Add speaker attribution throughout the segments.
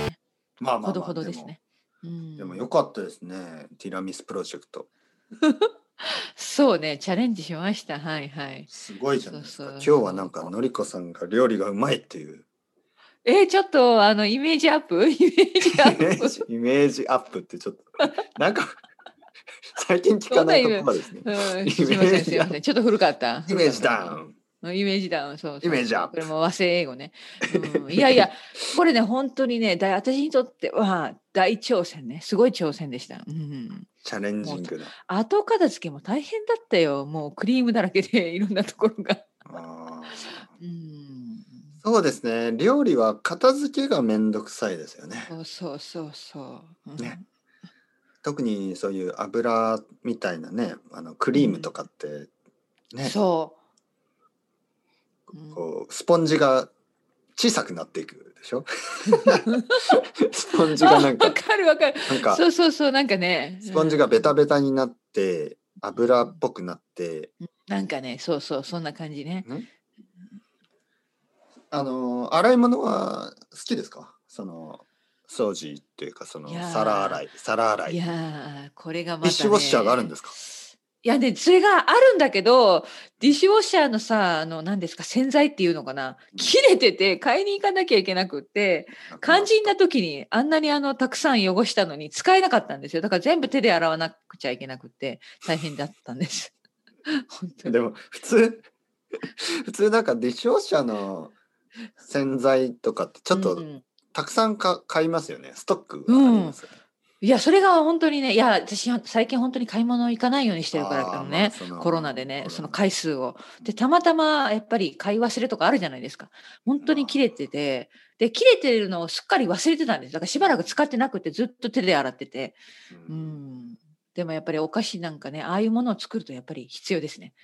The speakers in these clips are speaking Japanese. Speaker 1: まあまあまあ
Speaker 2: ほどほどですね。うん
Speaker 1: でも良かったですねティラミスプロジェクト
Speaker 2: そうね、チャレンジしました。はいはい。
Speaker 1: すごいじゃないですか
Speaker 2: そうそう
Speaker 1: 今日はなんかのりこさんが料理がうまいって いう
Speaker 2: えーちょっとあのイメージアップ、 イメージア
Speaker 1: イメ
Speaker 2: ッ
Speaker 1: ー
Speaker 2: プ
Speaker 1: ジ。イメージアップってちょっとなんか最近聞かない言葉ですね
Speaker 2: うん、
Speaker 1: ジ
Speaker 2: すみません、すみません、ちょっと古かった。
Speaker 1: イメージダウン
Speaker 2: ン。イメージダウン、そうそう
Speaker 1: イメージアップ
Speaker 2: これも和製英語ね。うん、いやいや、これね、本当にね、だい私にとっては大挑戦ね、すごい挑戦でした。うん、
Speaker 1: チャレンジングだ
Speaker 2: 後片付けも大変だったよ、もうクリームだらけで、いろんなところが。
Speaker 1: あー
Speaker 2: うん、
Speaker 1: そうですね料理は片付けがめんどくさいですよね
Speaker 2: そうそうそうそう。うん
Speaker 1: ね特にそういう油みたいなねあのクリームとかってね、
Speaker 2: そう。うん
Speaker 1: こうスポンジが小さくなっていくでしょ スポンジがなん
Speaker 2: あ
Speaker 1: か
Speaker 2: わかるわかる。
Speaker 1: なんか
Speaker 2: そうそうそう、なんかね。
Speaker 1: スポンジがベタベタになって油っぽくなって、
Speaker 2: なんかね、そうそう、そんな感じね。
Speaker 1: ね、あの洗い物は好きですかその掃除っていうかその
Speaker 2: いやー
Speaker 1: 皿洗い皿洗い
Speaker 2: いやー、これがま
Speaker 1: デ
Speaker 2: た、
Speaker 1: ィッ
Speaker 2: ね。
Speaker 1: シュウォッシャーがあるんですか
Speaker 2: いやね、それがあるんだけど、ディッシュウォッシャーのさ、あの、何ですか、洗剤っていうのかな。切れてて、買いに行かなきゃいけなくって、
Speaker 1: なんか
Speaker 2: 肝心な時に、あんなにあの、たくさん汚したのに使えなかったんですよ。だから全部手で洗わなくちゃいけなくって、大変だったんです。本当に。
Speaker 1: でも普通 普通なんかディッシュウォッシャーの洗剤とかってちょっ
Speaker 2: う
Speaker 1: と
Speaker 2: ん
Speaker 1: たくさんか買いますよねストックがありますよね、
Speaker 2: いや、それが本当にね、いや、私、最近本当に買い物行かないようにしてるから
Speaker 1: あー
Speaker 2: あのね、
Speaker 1: まあその
Speaker 2: コロナでね
Speaker 1: コロ、ナ
Speaker 2: その回数を。で、たまたまやっぱり買い忘れとかあるじゃないですか。本当に切れてて、で、切れてるのをすっかり忘れてたんです。だからしばらく使ってなくて、ずっと手で洗ってて。
Speaker 1: う
Speaker 2: うんん。でもやっぱりお菓子なんかね、ああいうものを作るとやっぱり必要ですね。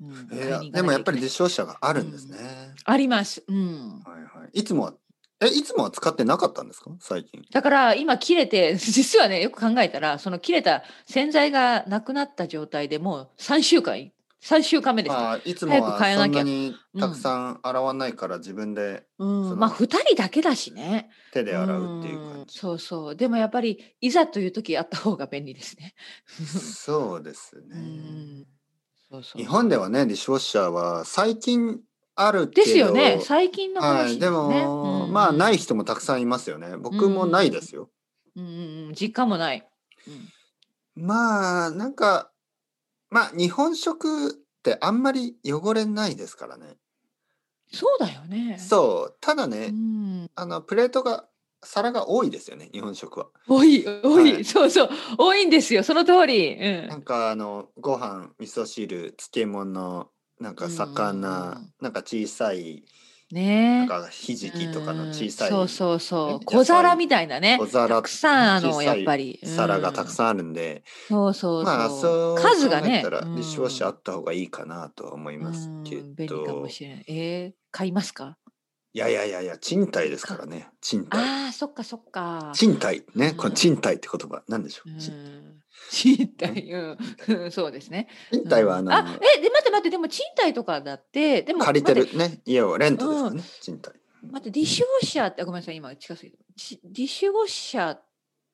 Speaker 2: うん
Speaker 1: い
Speaker 2: 買
Speaker 1: や
Speaker 2: いに行か
Speaker 1: でも
Speaker 2: な
Speaker 1: や
Speaker 2: きゃ
Speaker 1: っ
Speaker 2: い
Speaker 1: ぱ
Speaker 2: け
Speaker 1: り
Speaker 2: ない
Speaker 1: 実証者があるんですね。
Speaker 2: あります。うん。
Speaker 1: はいはい。いつもはえいつもは使ってなかったんですか最近。
Speaker 2: だから今切れて 実はねよく考えたらその切れた洗剤がなくなった状態でもう3週間3週間目でした。
Speaker 1: まあいつも
Speaker 2: 早
Speaker 1: は
Speaker 2: く変え
Speaker 1: そ
Speaker 2: なんきゃ
Speaker 1: なにたくさん洗わないから自分で
Speaker 2: う
Speaker 1: そ
Speaker 2: ん、
Speaker 1: う
Speaker 2: まあ2人だけだしね。
Speaker 1: 手で洗うっていう感
Speaker 2: ん
Speaker 1: じ。
Speaker 2: そうそうでもやっぱりいざという時あった方が便利ですね。
Speaker 1: そうです
Speaker 2: う
Speaker 1: ね。
Speaker 2: んそうそう
Speaker 1: 日本ではねディッシュウォッシャーは最近あるけど。
Speaker 2: ですよね最近の
Speaker 1: は
Speaker 2: 話
Speaker 1: い、です
Speaker 2: でね。
Speaker 1: も、
Speaker 2: うん
Speaker 1: まあない、人もたくさんいますよね。僕もないですよ。
Speaker 2: うんうんうん、実家もない。うん
Speaker 1: まあなんかまあ日本食ってあんまり汚れないですからね。
Speaker 2: そうだよね。
Speaker 1: そうただね、
Speaker 2: うん、
Speaker 1: あのプレートが皿が多いですよね日本食は。
Speaker 2: 多い多い、
Speaker 1: はい
Speaker 2: そうそう多いんですよその通り。う
Speaker 1: なん
Speaker 2: ん、
Speaker 1: かあのご飯味噌汁漬物なんか魚、
Speaker 2: うん
Speaker 1: なんか小さい
Speaker 2: ね
Speaker 1: な
Speaker 2: え
Speaker 1: んかひじきとかの小さい、
Speaker 2: うんそうそうそ
Speaker 1: ね
Speaker 2: う小皿みたいなね
Speaker 1: 小皿
Speaker 2: たくさんあ
Speaker 1: 小
Speaker 2: の
Speaker 1: さい
Speaker 2: やっぱり
Speaker 1: 皿がたく
Speaker 2: ん
Speaker 1: さんあるんで、
Speaker 2: そうそうそう、
Speaker 1: まあそう
Speaker 2: 数がね
Speaker 1: 考えたらディッシュウォッシャーあ
Speaker 2: て
Speaker 1: った方がいいかなとは思いますけ
Speaker 2: 便利か
Speaker 1: ど、
Speaker 2: もしれないえー、買いますか
Speaker 1: いやいやいやいや賃貸ですからね賃貸
Speaker 2: あーそっかそっか
Speaker 1: 賃貸ね、
Speaker 2: うん
Speaker 1: この賃貸って言葉なんでしょ
Speaker 2: う
Speaker 1: う、
Speaker 2: ん
Speaker 1: 賃
Speaker 2: 賃貸、うん、そうですね。
Speaker 1: 賃貸はあ
Speaker 2: うん
Speaker 1: の、
Speaker 2: あ、え、で、待って待って、でも賃貸とかだって、でも。
Speaker 1: 借りて
Speaker 2: 待っ
Speaker 1: るね家をレントですからね、賃貸。
Speaker 2: 待って、ディッシュウォッシャーって、あごめんなさい、今近すぎる。ちディッシュウォッシャー。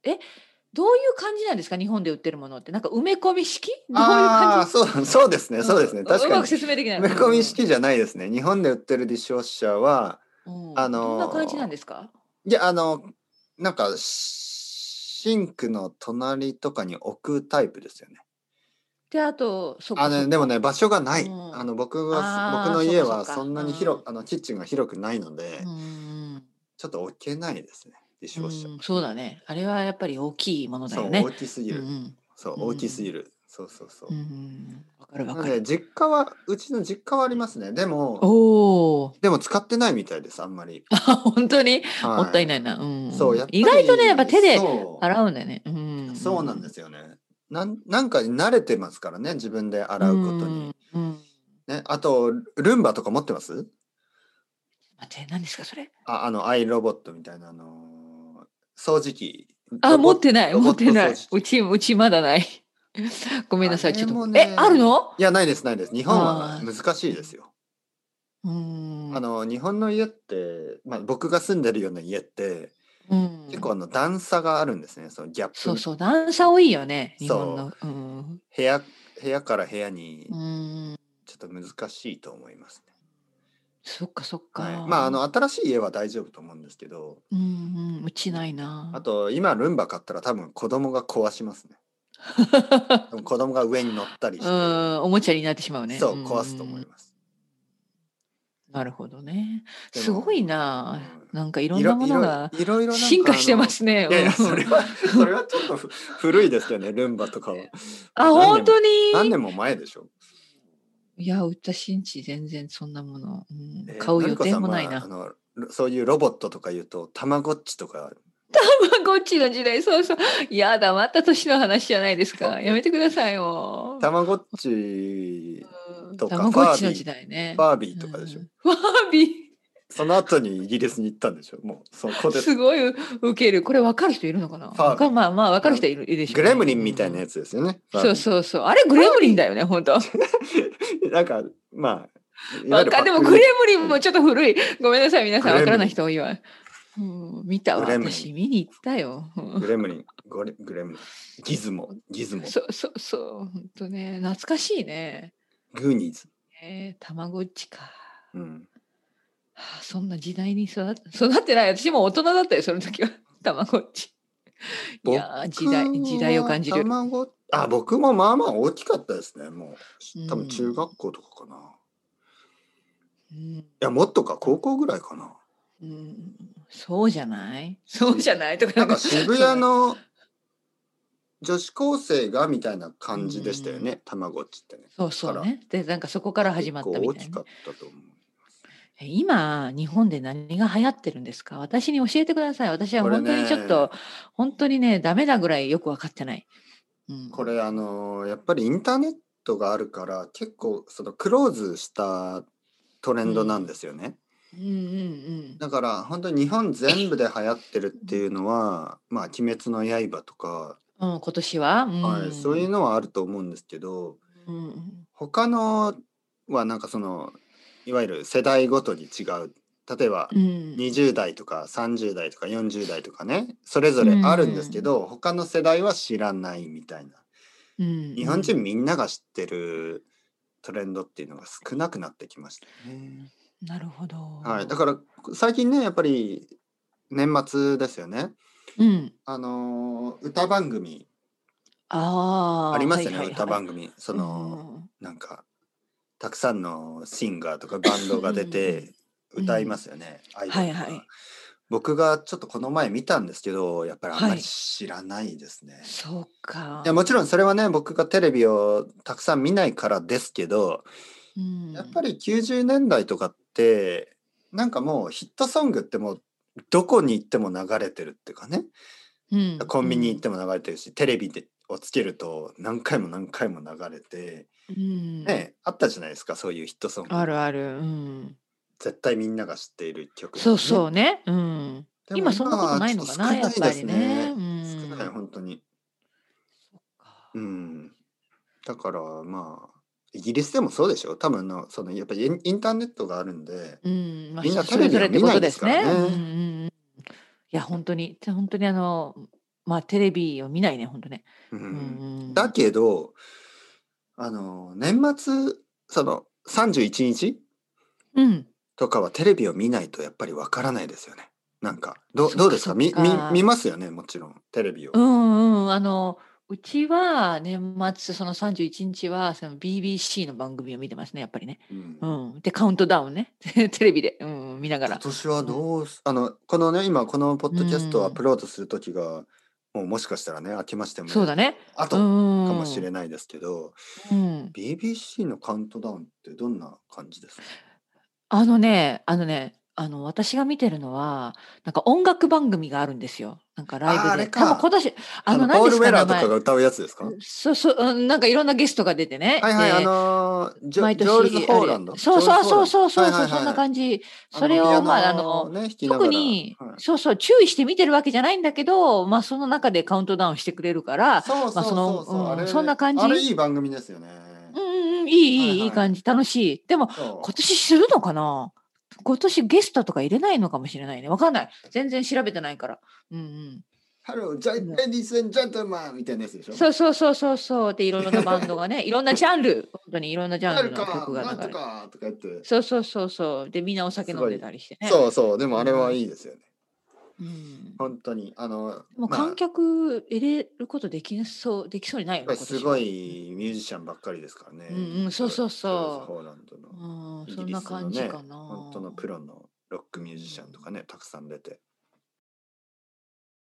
Speaker 2: え、どういう感じなんですか、日本で売ってるものって、なんか埋め込み式。どういう感
Speaker 1: あ
Speaker 2: じ
Speaker 1: あ。そうそうですね、そうです
Speaker 2: う
Speaker 1: ね
Speaker 2: ん
Speaker 1: 確
Speaker 2: う
Speaker 1: か
Speaker 2: まく
Speaker 1: に
Speaker 2: 説明できない。
Speaker 1: 埋め込み式じゃないですね日本で売ってるディッシュウォッシャーは
Speaker 2: うん。うん
Speaker 1: あのー
Speaker 2: どんな感じなんですか。
Speaker 1: いやあのなんかシンクの隣とかに置くタイプですよね
Speaker 2: で、あと、そっか
Speaker 1: あのねでもね場所がない、
Speaker 2: うん
Speaker 1: あの僕は
Speaker 2: あー
Speaker 1: 僕の家
Speaker 2: そ
Speaker 1: は
Speaker 2: っかそっか
Speaker 1: そんなに広
Speaker 2: う
Speaker 1: くあのキッチンが広くないので、
Speaker 2: そっかうん
Speaker 1: ちょっと置けないですねディッシュウォッシャー、
Speaker 2: うんそうだね。あれはやっぱり大きいものだ
Speaker 1: そ
Speaker 2: よ
Speaker 1: う
Speaker 2: ね
Speaker 1: 大。きすぎ
Speaker 2: うん
Speaker 1: る、
Speaker 2: うん
Speaker 1: そう大きすぎる、そうそうそう、
Speaker 2: うん。わかる
Speaker 1: な
Speaker 2: わ
Speaker 1: の
Speaker 2: か
Speaker 1: で
Speaker 2: る。
Speaker 1: 実家はうちの実家はありますねでも
Speaker 2: おお。
Speaker 1: でも使ってないみたいですあんまり、
Speaker 2: 本当に。
Speaker 1: は
Speaker 2: もったいないな。うん。
Speaker 1: そうやっぱり
Speaker 2: 意外とね、やっぱ手で
Speaker 1: そう
Speaker 2: 洗うんだよね。うん。
Speaker 1: そうなんですよね。なんなんか慣れてますからね自分で洗うことに。。
Speaker 2: うんうん。
Speaker 1: ね、あとルンバとか持ってます
Speaker 2: 待って、何ですか、それ。
Speaker 1: ああのアイロボットみたいなあのー掃除機。
Speaker 2: あ、
Speaker 1: ロボ
Speaker 2: 持ってない、
Speaker 1: ロボッ
Speaker 2: 持っ
Speaker 1: ト
Speaker 2: てない
Speaker 1: 掃除。機
Speaker 2: うち、うちまだ ない。ごめんなさい、
Speaker 1: あ
Speaker 2: ち
Speaker 1: れ
Speaker 2: ょっ
Speaker 1: も
Speaker 2: と。
Speaker 1: ね
Speaker 2: え、あるの。
Speaker 1: いやないですないです日本は
Speaker 2: あ
Speaker 1: 難しいですよ。
Speaker 2: うーん。
Speaker 1: あの日本の家って、まあ、僕が住んでるような家って
Speaker 2: ううん、
Speaker 1: 結構あの段差があるんですねそのギャップ
Speaker 2: そうそう段差多いよね日本のうん
Speaker 1: 部屋部屋から部屋に
Speaker 2: うん
Speaker 1: ちょっと難しいと思いますね、
Speaker 2: そっかそっか、
Speaker 1: はい、まああの新しい家は大丈夫と思うんですけど
Speaker 2: うんうんうちないな
Speaker 1: あと今ルンバ買ったら多分子供が壊し ますね多分子供が上に乗ったりし
Speaker 2: う
Speaker 1: て、
Speaker 2: んおもちゃになってしまうね
Speaker 1: そう壊すと思います、
Speaker 2: すなるほどね
Speaker 1: でも
Speaker 2: すごいな、
Speaker 1: うん
Speaker 2: なんかいろんなものが
Speaker 1: いろいろいろいろなんか
Speaker 2: 進化してますね
Speaker 1: あのいやいや
Speaker 2: うん
Speaker 1: それはそれはちょっとふ古いですよねルンバとかは
Speaker 2: あ
Speaker 1: 何年も
Speaker 2: 本当
Speaker 1: 何
Speaker 2: に
Speaker 1: 年も前でしょ
Speaker 2: いや私んち全然そんなもの、うん
Speaker 1: えー
Speaker 2: 買う予
Speaker 1: のりこ
Speaker 2: 定
Speaker 1: さん
Speaker 2: もない
Speaker 1: は
Speaker 2: な
Speaker 1: あのロそういうロボットとか言うとたまごっちとか
Speaker 2: ゴッチの時代、そうそう。いやだ、また年の話じゃないです か。やめてくださいよ。
Speaker 1: たまごっち
Speaker 2: うん
Speaker 1: とか
Speaker 2: たまごっちの時代ね。
Speaker 1: バービーとかでしょ、
Speaker 2: うんバービ
Speaker 1: その後にイギリスに行ったんでしょもうそこ
Speaker 2: ー、
Speaker 1: です
Speaker 2: ごいウケる。これ分かる人いるのかな
Speaker 1: バービー
Speaker 2: わかまあまあ分かる人いるいるでしょう
Speaker 1: グ
Speaker 2: ね、
Speaker 1: レムリンみたいなやつですよね、
Speaker 2: うんそうそうそう。あれグレムリンだよね、本当。
Speaker 1: うなんかまあいわゆ
Speaker 2: わ
Speaker 1: る
Speaker 2: かでも
Speaker 1: パ
Speaker 2: グ
Speaker 1: クリ
Speaker 2: レムリンもちょっと古い。ごめんなさい、皆さ
Speaker 1: グ
Speaker 2: ん
Speaker 1: レムリン
Speaker 2: 分からない人多いわ。うん、見たわ。
Speaker 1: グレムリン
Speaker 2: 私見に行ったよ。うん
Speaker 1: グレムリンゴレグレムリンギズモギズモ
Speaker 2: そうそうそう。本当ね、懐かしいね。
Speaker 1: グーニーズ、
Speaker 2: えー、たまごっちか。
Speaker 1: うん、
Speaker 2: はあそんな時代に育っ育ってない私も大人だったよその時はたまごっちいやー時代
Speaker 1: 僕は
Speaker 2: 時代を感じる
Speaker 1: 卵あ僕もまあまあ大きかったですねも
Speaker 2: うん
Speaker 1: う多分中学校とかかな、い
Speaker 2: うん、
Speaker 1: やもっとか高校ぐらいかな
Speaker 2: うん、そうじゃないそうじゃないとか
Speaker 1: なんか渋谷の女子高生がみたいな感じでしたよ
Speaker 2: う
Speaker 1: ね、たまごっちってね。
Speaker 2: そうそうねでなんかそこから始まった
Speaker 1: 結構
Speaker 2: み
Speaker 1: 大
Speaker 2: たい
Speaker 1: き
Speaker 2: な
Speaker 1: か
Speaker 2: ね
Speaker 1: ったと思う。
Speaker 2: え今日本で何が流行ってるんですか私に教えてください私は本当にちょっと、本当にねダメだぐらいよく分かってない、うん、
Speaker 1: これあのーやっぱりインターネットがあるから結構そのクローズしたトレンドなんですよね。
Speaker 2: うんうんうん
Speaker 1: だから本当に日本全部で流行ってるっていうのは「まあ鬼滅の刃」とか、
Speaker 2: うん、今年は、うん
Speaker 1: はい、そういうのはあると思うんですけど
Speaker 2: うんうん
Speaker 1: 他のはなんかそのいわゆる世代ごとに違う例えば
Speaker 2: うん
Speaker 1: 20代とか30代とか40代とかねそれぞれあるんですけど、他の世代は知らないみたいな
Speaker 2: うん
Speaker 1: 日本人みんなが知ってるトレンドっていうのが少なくなってきましたよね。
Speaker 2: なるほど。
Speaker 1: はい、だから最近ねやっぱり年末ですよね
Speaker 2: うん。
Speaker 1: あのー歌番組
Speaker 2: ああ。
Speaker 1: ありますよね、
Speaker 2: はいはいはい
Speaker 1: 歌番組その、なんかたくさんのシンガーとかバンドが出て
Speaker 2: うん
Speaker 1: 歌いますよね、アイドルとか
Speaker 2: はいはい
Speaker 1: 僕がちょっとこの前見たんですけどやっぱりあんま
Speaker 2: はい
Speaker 1: り知らないですね、
Speaker 2: うんそうか。
Speaker 1: いやもちろんそれはね僕がテレビをたくさん見ないからですけど、
Speaker 2: うん
Speaker 1: やっぱり90年代とかってなんかもうヒットソングってもうどこに行っても流れてるっていうかね
Speaker 2: うん
Speaker 1: コンビニ行っても流れてるし、テレビでをつけると何回も何回も流れて、
Speaker 2: うん
Speaker 1: ねあったじゃないですかそういうヒットソング
Speaker 2: あるある。うん。
Speaker 1: 絶対みんなが知っている曲、
Speaker 2: そうそうね。うん。
Speaker 1: でも
Speaker 2: 今そんなことないのかな、
Speaker 1: 今
Speaker 2: や
Speaker 1: は
Speaker 2: っ
Speaker 1: ちょ
Speaker 2: ぱ
Speaker 1: と少
Speaker 2: り
Speaker 1: ないです
Speaker 2: ね。うん
Speaker 1: 少ない本当にうんだからまあイギリスでもそうでしょ多分あのそのやっぱりインインターネットがあるんで
Speaker 2: うん。まあ
Speaker 1: みんな
Speaker 2: それぞれってことですね。
Speaker 1: テレビは見ないですからね
Speaker 2: うんうんうんいや、本当に、本当にあの、まあ、テレビを見ないね、本当ね。
Speaker 1: うん
Speaker 2: うん
Speaker 1: だけどあの年末その31日
Speaker 2: うん。
Speaker 1: とかはテレビを見ないとやっぱりわからないですよねなんかど
Speaker 2: そっか
Speaker 1: どうですかみ
Speaker 2: そっ
Speaker 1: み
Speaker 2: か
Speaker 1: 見ますよねもちろんテレビを、
Speaker 2: うんうん、あの、うちは年末、その31日は、その BBC の番組を見てますね、やっぱりね。
Speaker 1: うん
Speaker 2: うん。で、カウントダウンね。 テレビで、うん、見なが
Speaker 1: 今
Speaker 2: ら。
Speaker 1: 年はどうすあのこのね今このポッドキャストをアップロードする時が、もうもしかしたらね明けましても
Speaker 2: そうだね。
Speaker 1: あ
Speaker 2: う
Speaker 1: と
Speaker 2: ん
Speaker 1: か。
Speaker 2: か
Speaker 1: もしれ
Speaker 2: い。
Speaker 1: ないですけど、
Speaker 2: うん。
Speaker 1: BBC のカウントダウンってどんな感じですか
Speaker 2: あのね、あのね、あの、私が見てるのは、なんか音楽番組があるんですよ。なんかライブ
Speaker 1: あ
Speaker 2: で。
Speaker 1: ーあれか
Speaker 2: 多分今年、あの、何
Speaker 1: ポー
Speaker 2: で
Speaker 1: ル・
Speaker 2: す
Speaker 1: ウ
Speaker 2: か
Speaker 1: ェラーと
Speaker 2: 名
Speaker 1: か
Speaker 2: 前
Speaker 1: が歌うやつですか
Speaker 2: そうそう、うんなんかいろんなゲストが出て ね。
Speaker 1: はいはい、
Speaker 2: で
Speaker 1: あのージョ
Speaker 2: 毎
Speaker 1: ジ
Speaker 2: 年
Speaker 1: ョールズ・ホーラン
Speaker 2: あ
Speaker 1: ド
Speaker 2: れそうそうそうそうそう、
Speaker 1: ジョールズホーランドはいはいはい
Speaker 2: そんな感じ
Speaker 1: あの
Speaker 2: それ
Speaker 1: ピア
Speaker 2: を
Speaker 1: ノ
Speaker 2: まああの
Speaker 1: ね、弾きなが
Speaker 2: 特
Speaker 1: ら
Speaker 2: に、
Speaker 1: はい
Speaker 2: そうそう注意して見てるわけじゃないんだけど、まあ、その中でカウントダウンしてくれるから、
Speaker 1: そうそうそうそう、
Speaker 2: まあそのうん
Speaker 1: あれ
Speaker 2: そんな感じ
Speaker 1: あれいい番組ですよね、
Speaker 2: うんうんうん、いいいい、
Speaker 1: はい
Speaker 2: い、
Speaker 1: はい
Speaker 2: い感じ楽しいでも
Speaker 1: そう
Speaker 2: 今年するのかな今年ゲストとか入れないのかもしれないね。わかんない。全然調べてないから。うんうん。
Speaker 1: ハロー、ジャイ、レディースジェントルマンみたいなやつでしょ
Speaker 2: そうそうそうそうそう。で、いろんなバンド がね、いろんなジャンル、本当にいろんなジャ
Speaker 1: な
Speaker 2: ンル
Speaker 1: る
Speaker 2: の
Speaker 1: か
Speaker 2: 曲、が
Speaker 1: なん
Speaker 2: 流れ
Speaker 1: と
Speaker 2: る。
Speaker 1: かとか言って。
Speaker 2: そうそうそうそう。で、みんなお酒飲んでたりしてね。
Speaker 1: そうそう、でもあれはいいですよね。
Speaker 2: うん。
Speaker 1: 本当に。あの、
Speaker 2: も
Speaker 1: まあ
Speaker 2: う観客入れることできそう、できそうにないよ
Speaker 1: や
Speaker 2: ね。
Speaker 1: っぱりす
Speaker 2: 今年は
Speaker 1: ご。いミュージシャンばっかりですからね。
Speaker 2: うんうんそうそうそう
Speaker 1: ポーランドの。
Speaker 2: うん、
Speaker 1: イ
Speaker 2: そ
Speaker 1: ギ
Speaker 2: ん
Speaker 1: リ
Speaker 2: な
Speaker 1: スの
Speaker 2: 感じ
Speaker 1: ね
Speaker 2: かな。
Speaker 1: 本当のプロのロックミュージシャンとかね、たくさん出て。